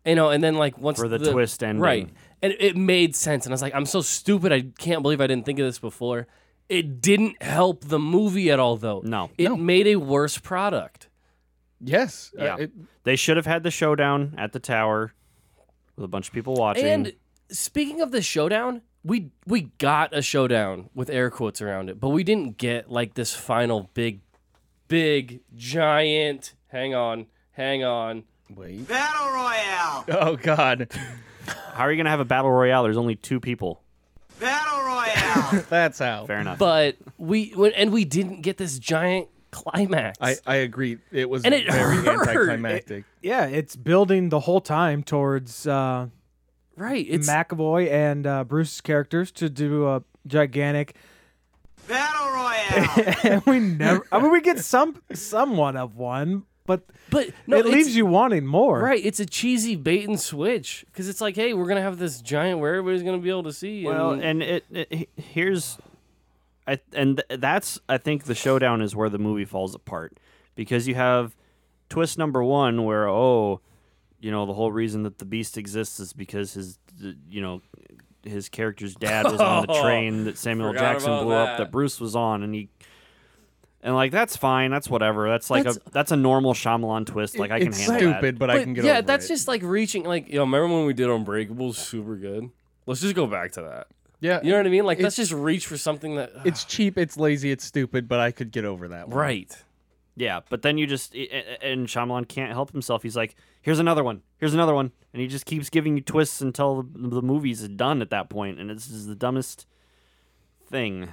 You know, and then like once
For the twist ending.
right? And it made sense, and I was like, I'm so stupid. I can't believe I didn't think of this before. It didn't help the movie at all, though.
No.
it made a worse product.
Yes. uh,
Yeah.
it-
They should have had the showdown at the tower with a bunch of people watching.
And speaking of the showdown, we we got a showdown with air quotes around it, but we didn't get like this final big, big giant. Hang on, hang on.
wait.
Battle Royale!
Oh God.
How are you going to have a battle royale? There's only two people.
Battle Royale!
now.
That's how.
Fair enough.
But we when- and we didn't get this giant climax.
I, I agree. It was
And it
very
hurt.
anticlimactic.
Yeah, it's building the whole time towards uh,
right, it's
McAvoy and uh, Bruce's characters to do a gigantic.
Battle Royale!
And [laughs] we never. I mean, we get some somewhat of one, but
but no,
it leaves
it's-
you wanting more.
Right, it's a cheesy bait and switch because it's like, hey, we're gonna have this giant where everybody's gonna be able to see.
Well,
and,
and it, it he- here's, I and th- that's I think the showdown is where the movie falls apart because you have twist number one where oh, you know the whole reason that the beast exists is because his th- you know his character's dad was on
[laughs]
the train that Samuel L.
Forgot
Jackson
about
blew up
that.
that Bruce was on and he. And like that's fine, that's whatever. That's like
That's-
a that's a normal Shyamalan twist. Like I can
it's
handle
stupid, but, I
But
can get
yeah,
over
that's
it.
just like reaching. Like, yo, remember when we did Unbreakable? Super good. Let's just go back to that.
yeah.
You know what I mean? Like,
It's-
let's just reach for something that. uh,
It's cheap, it's lazy, it's stupid, but I could get over that one.
right.
that. Yeah, but then you just a- a- and Shyamalan can't help himself. He's like, "Here's another one. Here's another one," and he just keeps giving you twists until the, the movie's done. At that point, and it's just the dumbest thing.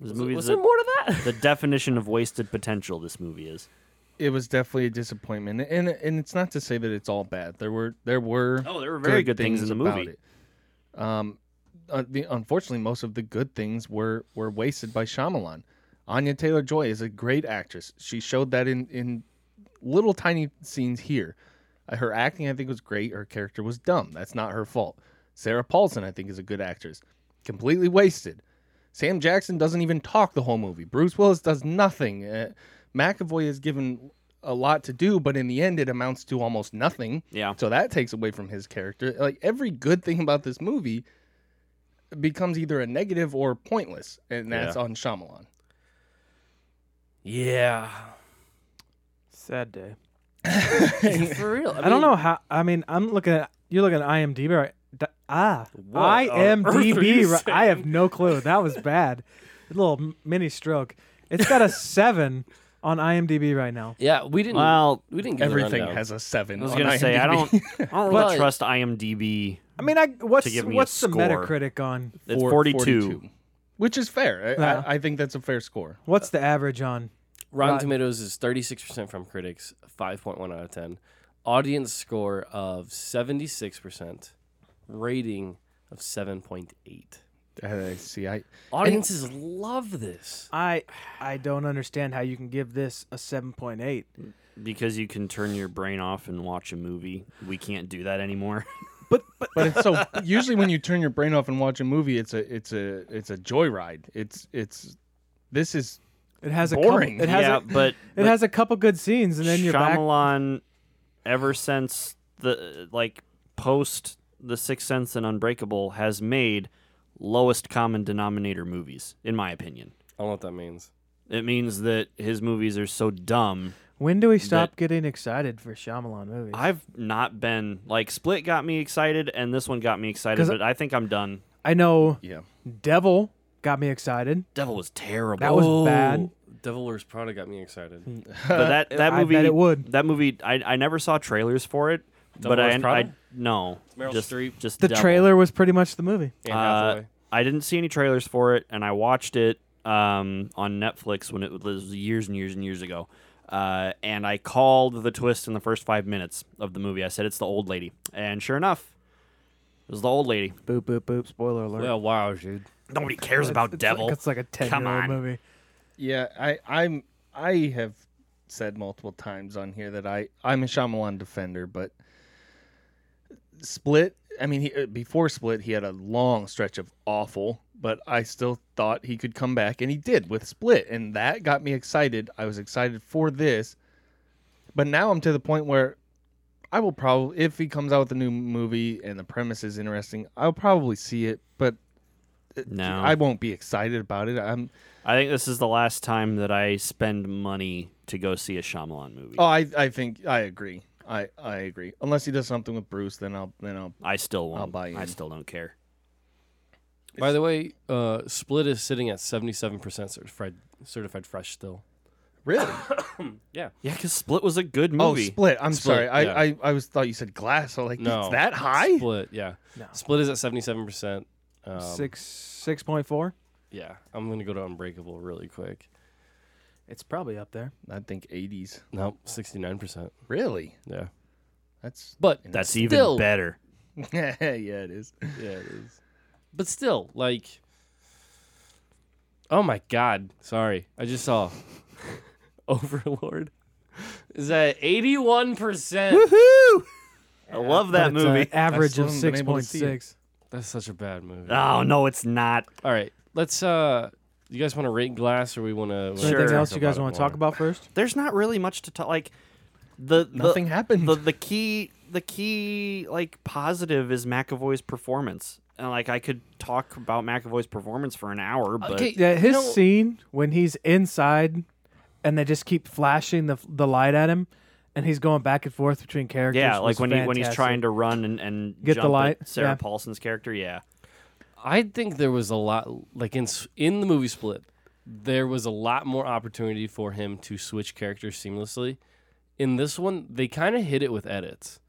This movie is
Was there
the-
more to
[laughs]
that?
the definition of wasted potential. This movie is.
It was definitely a disappointment, and and it's not to say that it's all bad. There were there were
Oh, there were very good things in the
about
movie.
it. Um, uh, the, unfortunately, most of the good things were were wasted by Shyamalan. Anya Taylor Joy is a great actress. She showed that in in little tiny scenes here. Uh, Her acting, I think, was great. Her character was dumb. That's not her fault. Sarah Paulson, I think, is a good actress. Completely wasted. Sam Jackson doesn't even talk the whole movie. Bruce Willis does nothing. Uh, McAvoy is given a lot to do, but in the end, it amounts to almost nothing.
Yeah.
So that takes away from his character. Like every good thing about this movie becomes either a negative or pointless, and that's on Shyamalan.
yeah.
Sad day.
For real.
I don't know how. I mean, I'm looking at you're looking at IMDb right. D- ah,
on earth are you
IMDb. Right, I have
saying?
no clue. That was bad. A little m- mini stroke. It's got a seven on IMDb right now.
Yeah, we didn't.
Well,
we didn't. Give the
Everything
rundown.
has a seven.
I was
on [laughs]
gonna say I
IMDb.
don't I don't really
But-
trust IMDb.
I mean, I what's
give me a
what's the
score.
Metacritic on?
It's
Four-
42.
which is fair. I,
Yeah.
I, I think that's a fair score.
What's the average on?
Rotten
Right.
Tomatoes is 36% from critics, 5.1 out of 10. Audience score of 76%, rating of 7.8.
Uh, see, I
Audiences love this.
I I don't understand how you can give this a seven point eight.
Because you can turn your brain off and watch a movie. We can't do that anymore.
But but
but it's so usually when you turn your brain off and watch a movie, it's a it's a it's a joyride. It's it's this is
it has a
Boring.
Couple, it has
yeah,
a,
but
it has a couple good scenes, and then you're back.
Shyamalan, ever since the like post The Sixth Sense and Unbreakable, has made lowest common denominator movies, in my opinion.
I don't know what that means.
It means that his movies are so dumb.
When do we stop getting excited for Shyamalan movies?
I've not been like Split got me excited, and this one got me excited,
'Cause-
but I think I'm done.
I know
yeah.
Devil got me excited.
Devil was terrible.
That was bad.
Oh, Devil Wears Prada got me excited.
but that that
I bet
movie
it would.
That movie I I never saw trailers for it,
Double
but I,
Rose Prada?
I no
Meryl
just
Streep?
just
The
Devil.
trailer was pretty much the movie.
Anne
Uh,
Hathaway.
I didn't see any trailers for it, and I watched it um on Netflix when it was years and years and years ago. Uh, and I called the twist in the first five minutes of the movie. I said it's the old lady, and sure enough, it was the old lady.
Boop boop boop. Spoiler alert.
Well, wow, dude.
Nobody cares about
it's
Devil.
Like, it's like a ten
Come
year old
on.
movie.
Yeah, I I'm I have said multiple times on here that I I'm a Shyamalan defender, but Split. I mean, he, uh, before Split, he had a long stretch of awful, but I still thought he could come back, and he did with Split, and that got me excited. I was excited for this, but now I'm to the point where I will probably, if he comes out with a new movie and the premise is interesting, I'll probably see it, but
no,
I won't be excited about it. I'm
I think this is the last time that I spend money to go see a Shyamalan movie.
Oh, I, I think I agree. I, I agree. Unless he does something with Bruce, then I'll
[gasps]
then I'll.
I still won't.
buy in.
I still don't care.
By the way, uh, Split is sitting at 77% certified, certified fresh still.
Really?
Yeah, because Split was a good
Oh,
movie.
Split. I'm sorry.
Split,
I,
yeah.
I I was thought you said Glass. So like,
No.
it's that high?
Split, yeah. Split is at 77%. Um,
six six point four.
Yeah, I'm gonna go to Unbreakable really quick.
It's probably up there.
I think 80s.
Nope, 69 percent.
Really?
Yeah,
That's [laughs]
but
That's
still-
even better.
yeah, it is.
Yeah, it is. But still, like, oh my god! Sorry, I just
[laughs]
saw Overlord is at eighty-one percent.
Woo!
I love that
But it's a
movie.
uh, average
still
of
haven't been
six
able
point
to see it.
six.
That's such a bad movie.
Oh no, it's not.
All right, let's. uh You guys want to rate Glass, or we want to?
Is there Anything
Sure.
else you guys want to talk about first?
There's not really much to talk. Like the, the
Nothing happened.
The the key the key like positive is McAvoy's performance, and like I could talk about McAvoy's performance for an hour, but
Okay.
Yeah, his
No.
scene when he's inside and they just keep flashing the the light at him, and he's going back and forth between characters.
yeah,
was
like when he, when he's
fantastic.
trying to run and, and
Get the
jump at
light,
Sarah
yeah.
Paulson's character, yeah.
I think there was a lot, like in s- in the movie Split, there was a lot more opportunity for him to switch characters seamlessly. In this one, they kind of hit it with edits.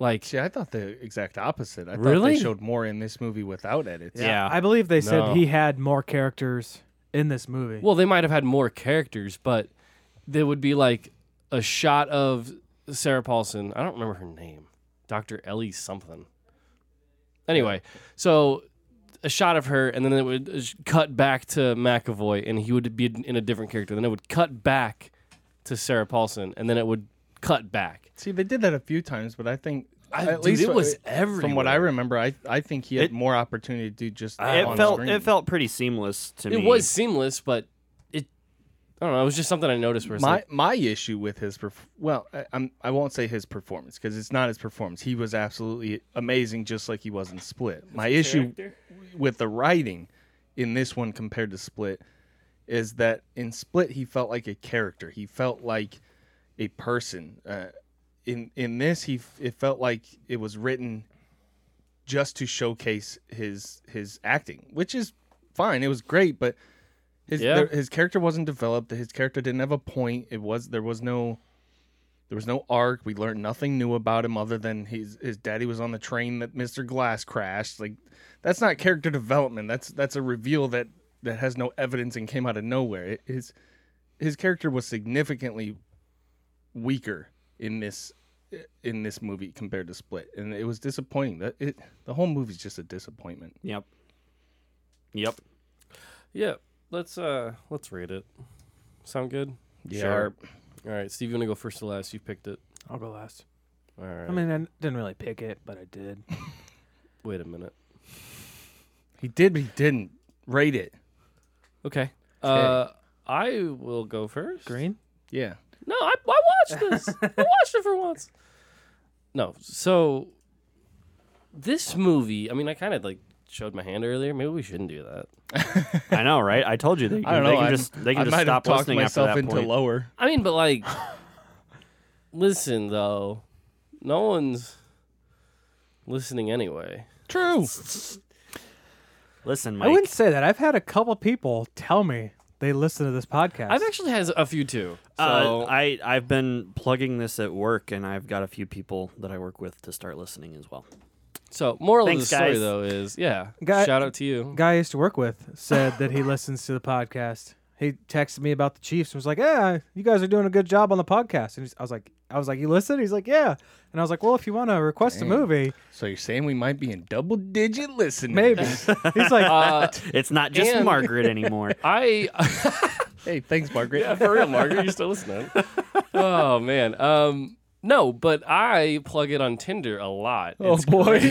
Like,
See, I thought the exact opposite. I thought
Really?
they showed more in this movie without edits.
Yeah.
I believe they said
No.
he had more characters in this movie.
well, they might have had more characters, but there would be like a shot of Sarah Paulson. I don't remember her name, Doctor Ellie something. Anyway, so a shot of her, and then it would uh, sh- cut back to McAvoy, and he would be in a different character. Then it would cut back to Sarah Paulson, and then it would cut back.
See, they did that a few times, but I think
I-
at
dude,
least
it was
From what I
everywhere.
remember, I I think he had
It-
more opportunity to do just. that
it
on
felt
screen.
it felt pretty seamless to
It
me.
was seamless, but it. I don't know. It was just something I noticed. Where it's
My
like,
my issue with his perf- well, I, I'm I won't say his performance because it's not his performance. He was absolutely amazing, just like he was in Split. My issue with the writing in this one compared to Split is that in Split he felt like a character. He felt like a person. Uh, in in this he f- it felt like it was written just to showcase his his acting, which is fine. It was great, but his
Yeah.
there- his character wasn't developed. His character didn't have a point. It was there was no there was no arc. We learned nothing new about him other than his his daddy was on the train that Mr. Glass crashed. Like that's not character development. That's that's a reveal that that has no evidence and came out of nowhere. It, his his character was significantly weaker in this in this movie compared to Split, and it was disappointing. That it the whole movie's just a disappointment.
Yep. Yep.
yeah, let's uh, let's rate it. Sound good?
Sharp.
All right, Steve, you want to go first or last? You picked it.
I'll go last.
All right.
I mean, I didn't really pick it, but I did.
wait a minute.
He did, but he didn't rate it.
Okay. Uh, I will go first.
Green.
Yeah,
No, I, I watched this. I watched it for once. No, so this movie. I mean, I kind of like showed my hand earlier. Maybe we shouldn't do that.
I know, right? I told you they,
[laughs] I don't know.
they can
I'm-
just they can
I
just
might
stop
have talked
listening
myself
after that
into
point.
lower.
I mean, but like, listen though, no one's listening anyway.
True.
Listen,
I
Mike.
wouldn't say that. I've had a couple people tell me they listen to this podcast.
I've actually had a few too. So
Uh, I I've been plugging this at work, and I've got a few people that I work with to start listening as well.
so moral
Thanks,
of the story
guys.
though is yeah.
Guy-
shout out to you.
guy I used to work with said that he listens to the podcast. He texted me about the Chiefs and was like, "Yeah, you guys are doing a good job on the podcast." And he's- I was like, "I was like, you listen?" He's like, "Yeah." And I was like, "Well, if you want to request
[laughs]
a movie,
So you're saying we might be in double digit listening?
maybe."
[laughs]
he's like,
Uh,
It's not just
And-
Margaret
[laughs]
anymore.
I
[laughs] Hey, thanks, Margaret.
Yeah, for real, Margaret, you still listening? [laughs] oh man, um, no, but I plug it on Tinder a lot.
Oh
It's-
boy.
[laughs]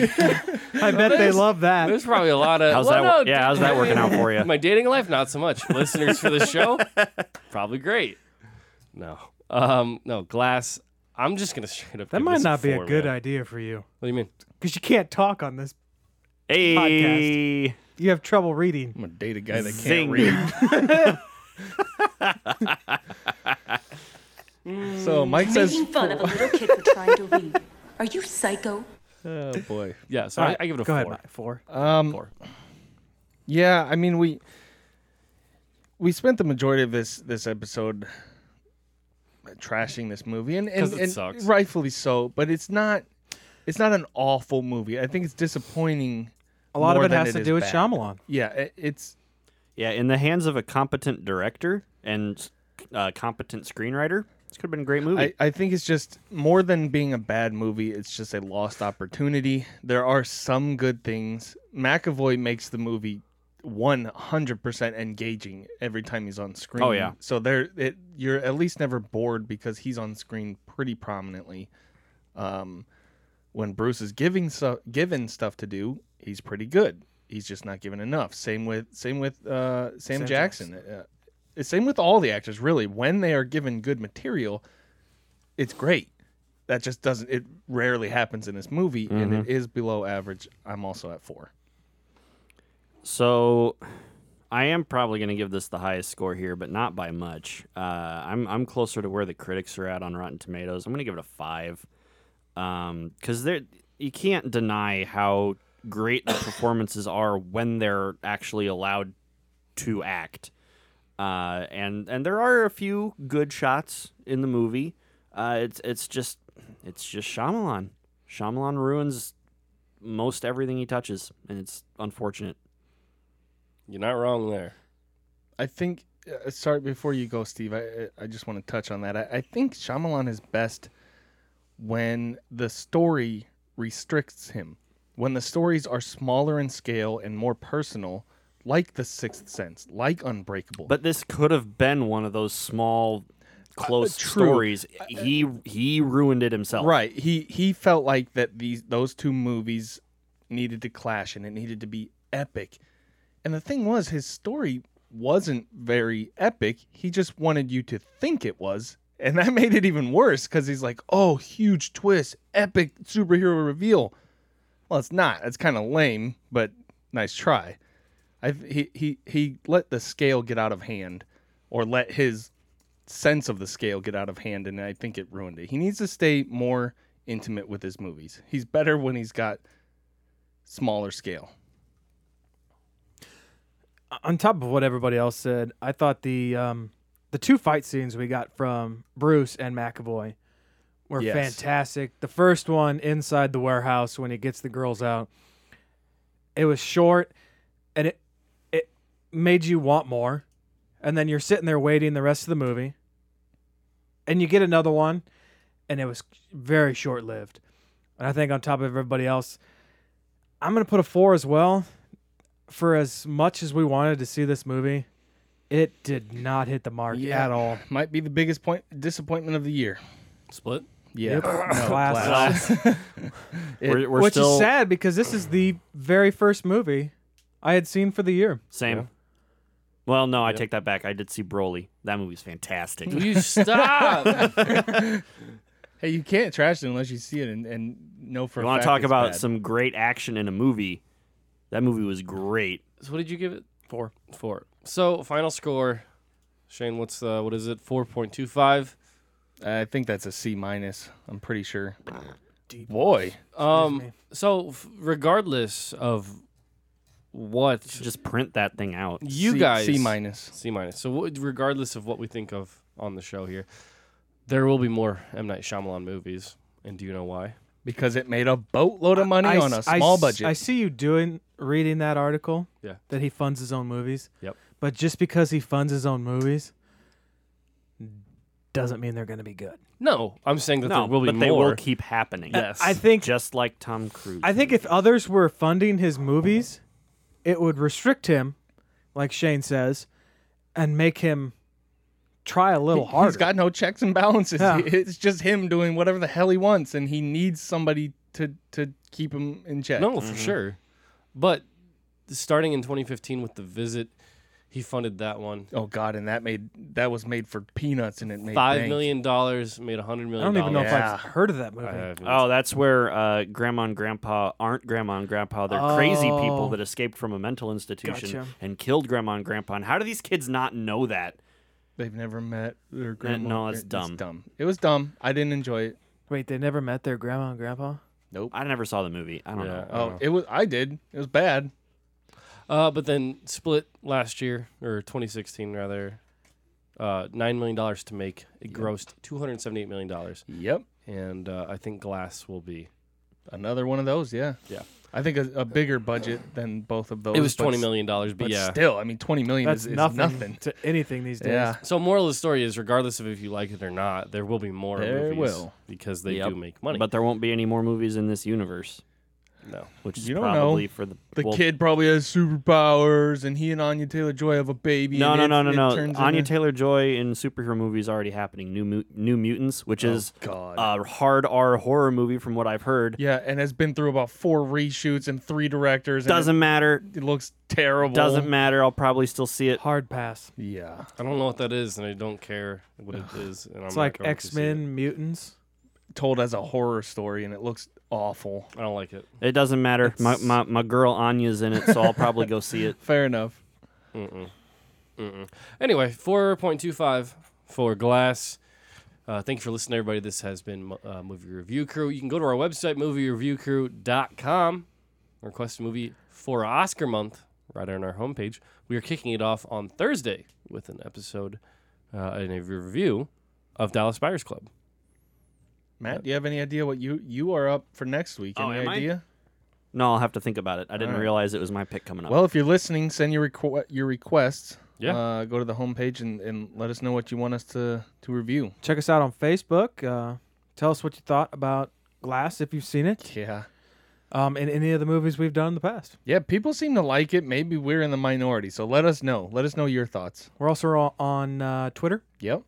"I bet they
there's-
love that."
there's probably a lot of
How's
well,
that? wor-
no,
yeah, how's that working out
[laughs]
for you?
My dating life, not so much. Listeners for
[laughs]
the show, probably great. No, um, no glass. I'm just gonna straight up.
That
give
might
this
not be a
four,
good
man.
idea for you
What do you mean?
because you can't talk on this.
Hey,
You have trouble reading.
I'm gonna date a guy that can't
Zing.
read. so Mike says,
Making fun of a little kid for trying to read. Are you psycho?
"Oh boy."
Yeah, so I, I give it a
Go
four.
ahead, Mike. four.
Um,
Four.
yeah, I mean we we spent the majority of this this episode trashing this movie, and and,
'Cause it
and
sucks.
rightfully so. But it's not it's not an awful movie. I think it's disappointing
A lot
more
of it
than
has to
is
do with
bad.
Shyamalan.
Yeah, it, it's
Yeah, in the hands of a competent director and uh, competent screenwriter, this could have been a great movie.
I, I think it's just more than being a bad movie, it's just a lost opportunity. There are some good things. McAvoy makes the movie 100% engaging every time he's on screen.
Oh, yeah.
So there it you're at least never bored because he's on screen pretty prominently. Um when Bruce is giving so, given stuff to do, he's pretty good. He's just not given enough. Same with same with uh, Sam,
Sam
Jackson. Uh, same with all the actors, really. When they are given good material, it's great. That just doesn't. It rarely happens in this movie, and
Mm-hmm.
it is below average. I'm also at four.
so I am probably going to give this the highest score here, but not by much. Uh, I'm I'm closer to where the critics are at on Rotten Tomatoes. I'm going to give it a five because there you can't deny how great the performances are when they're actually allowed to act. Uh, and and there are a few good shots in the movie. Uh, it's it's just it's just Shyamalan. Shyamalan ruins most everything he touches, and it's unfortunate.
You're not wrong there.
I think. Uh, sorry, before you go, Steve, I I- I just want to touch on that. I, I think Shyamalan is best when the story restricts him. When the stories are smaller in scale and more personal, like The Sixth Sense, like Unbreakable.
But this could have been one of those small, close
true.
stories. He he ruined it himself.
Right. He he felt like that these those two movies needed to clash and it needed to be epic. And the thing was his story wasn't very epic. He just wanted you to think it was. And that [laughs] made it even worse cuz he's like, "Oh, huge twist, epic superhero reveal." Well, it's not. It's kind of lame, but nice try. I he he he let the scale get out of hand or let his sense of the scale get out of hand, and I think it ruined it. He needs to stay more intimate with his movies. He's better when he's got smaller scale.
on top of what everybody else said, I thought the um, the two fight scenes we got from Bruce and McAvoy were
Yes.
fantastic. The first one inside the warehouse when he gets the girls out, it was short, and it it made you want more. And then you're sitting there waiting the rest of the movie, and you get another one, and it was very short lived. And I think on top of everybody else, I'm gonna put a four as well for as much as we wanted to see this movie, it did not hit the mark at all.
Might be the biggest point disappointment of the year.
Split.
Yeah.
Class.
[laughs]
It-
we're we're
Which
still
is sad because this is the very first movie I had seen for the year.
same. Well, no, I take that back. I did see Broly. That movie's
[laughs]
fantastic.
You
[laughs]
stop.
Hey, you can't trash it unless you see it and, and know for
you
a
want
fact
to talk
it's
about
bad.
some great action in a movie? That movie was great.
so what did you give it?
Four.
Four. So final score, Shane. What's uh, what is it? Four point two five.
I think that's a C minus. I'm pretty sure. Boy,
Um. So f- regardless of what
Just print that thing out.
you
C-
guys
C minus.
C minus. So what- regardless of what we think of on the show here, there will be more M Night Shyamalan movies. And do you know why?
because it made a boatload of money
I
on a
s- I
small
s-
budget.
I see you doing reading that article
Yeah.
that he funds his own movies.
Yep.
But just because he funds his own movies doesn't mean they're going to be good.
No, I'm saying that
no,
there will be
but
more.
they will keep happening. Yes,
I think
just like Tom Cruise.
I think if others were funding his movies, it would restrict him, like Shane says, and make him try a little harder.
He's got no checks and balances.
Yeah.
He- [laughs] It's just him doing whatever the hell he wants, and he needs somebody to to keep him in check.
No,
Mm-hmm.
for sure. But starting in 2015 with the visit, he funded that one.
Oh God, and that made that was made for peanuts, and it made
Five
bank.
million dollars made a hundred
I
million.
don't even know
dollars.
if I've heard of that movie.
I haven't.
Oh, that's where uh, grandma and grandpa aren't grandma and grandpa. They're crazy people
Oh.
that escaped from a mental institution
Gotcha.
and killed grandma and grandpa. And how do these kids not know that?
They've never met their grandma.
no, that's
it's
dumb.
dumb. It was dumb. I didn't enjoy it.
Wait, they never met their grandma and grandpa?
I never saw the movie. I don't know.
Yeah.
Oh, it was. I did. It was bad.
Uh, but then Split last year or 2016 rather, uh, nine million dollars to make. It grossed 278 million dollars,
Yep.
and uh, I think Glass will be.
Another one of those. Yeah. I think a, a bigger budget than both of those.
It was
but
twenty
s-
million dollars, but,
but
yeah.
still, I mean, twenty million
That's
is, is
nothing,
nothing.
to anything these days.
Yeah,
So moral of the story is, regardless of if you like it or not, there will be more
There
movies
will.
because they
Yep.
do make money.
But there won't be any more movies in this universe,
no,
which is
You don't know.
probably for the
the
well,
kid probably has superpowers, and he and Anya Taylor Joy have a baby.
No,
and
no,
it-
no, no,
it
no.
turns
Anya
into-
Taylor Joy in superhero movies already happening. New Mu- New Mutants, which is
Oh, God.
a hard R horror movie from what I've heard.
yeah, and has been through about four reshoots and three directors. and it-
Doesn't matter.
it, looks terrible.
Doesn't matter. I'll probably still see it.
Hard pass.
Yeah,
I don't know what that is, and I don't care what it is. And I'm
It's
not
like
going to see
X Men, mutants.
told as a horror story, and it looks awful.
it. I don't like it.
It doesn't matter. My, my my girl Anya's in it, so I'll probably go see it.
Fair enough.
Anyway, four point two five for Glass. Uh, thank you for listening, everybody. This has been Mo- uh, Movie Review Crew. You can go to our website, moviereviewcrew.com, and request a movie for Oscar month right on our homepage. We are kicking it off on Thursday with an episode uh, and a review of Dallas Buyers Club.
Matt, do you have any idea what you you are up for next week?
Oh,
Any
am I?
idea?
No, I'll have to think about it. I didn't
Alright.
realize it was my pick coming up.
Well, if you're listening, send your requ- your requests.
Yeah.
Uh, go to the homepage and, and let us know what you want us to, to review.
Check us out on Facebook. Uh, tell us what you thought about Glass if you've seen it,
Yeah.
um, and any of the movies we've done in the past.
Yeah, people seem to like it. Maybe we're in the minority. So let us know. Let us know your thoughts.
We're also o- on uh, Twitter.
Yep.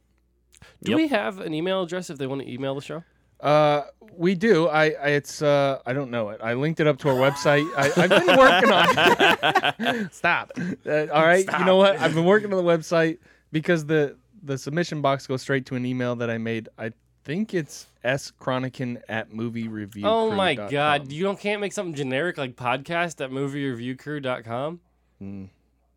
Do
Yep.
we have an email address if they want to email the show?
Uh, we do. I, I it's uh I don't know it. I linked it up to our website. I, I've been working on. it. [laughs] Stop. Uh, all right. You know what? I've been working on the website because the the submission box goes straight to an email that I made. I think it's s chronican at movie review.
Oh my god, you don't can't make something generic like podcast at moviereviewcrew.com.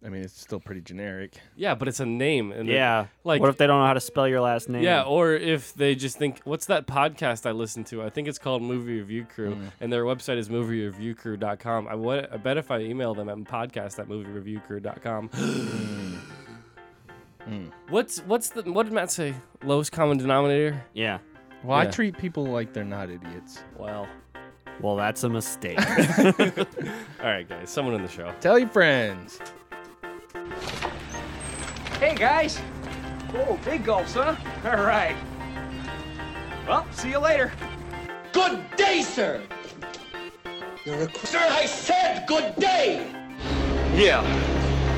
I mean, it's still pretty generic.
Yeah, but it's a name. And it-
yeah. Like,
like-
what if they don't know how to spell your last name?
yeah, or if they just think, what's that podcast I listen to? I think it's called Movie Review Crew, and their website is moviereviewcrew.com. I, what, I bet if I email them at podcast at moviereviewcrew.com. Mm. [gasps] What's what's the what did Matt say? Lowest common denominator?
yeah.
Well, I
Yeah.
treat people like they're not idiots.
Well,
Well, that's a mistake.
all right, guys, someone in the show.
Tell your friends.
Hey, guys. Oh, big gulps, huh? All right. Well, see you later. Good day, sir. You're a... Sir, I said good day. Yeah.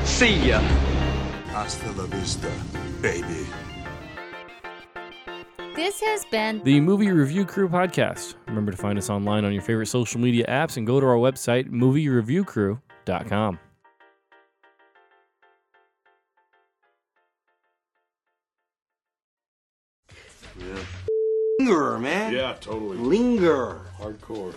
See ya.
Hasta la vista, baby.
This has been
The Movie Review Crew podcast. Remember to find us online on your favorite social media apps and go to our website, moviereviewcrew.com.
Linger, man.
Yeah, totally.
Linger.
Hardcore.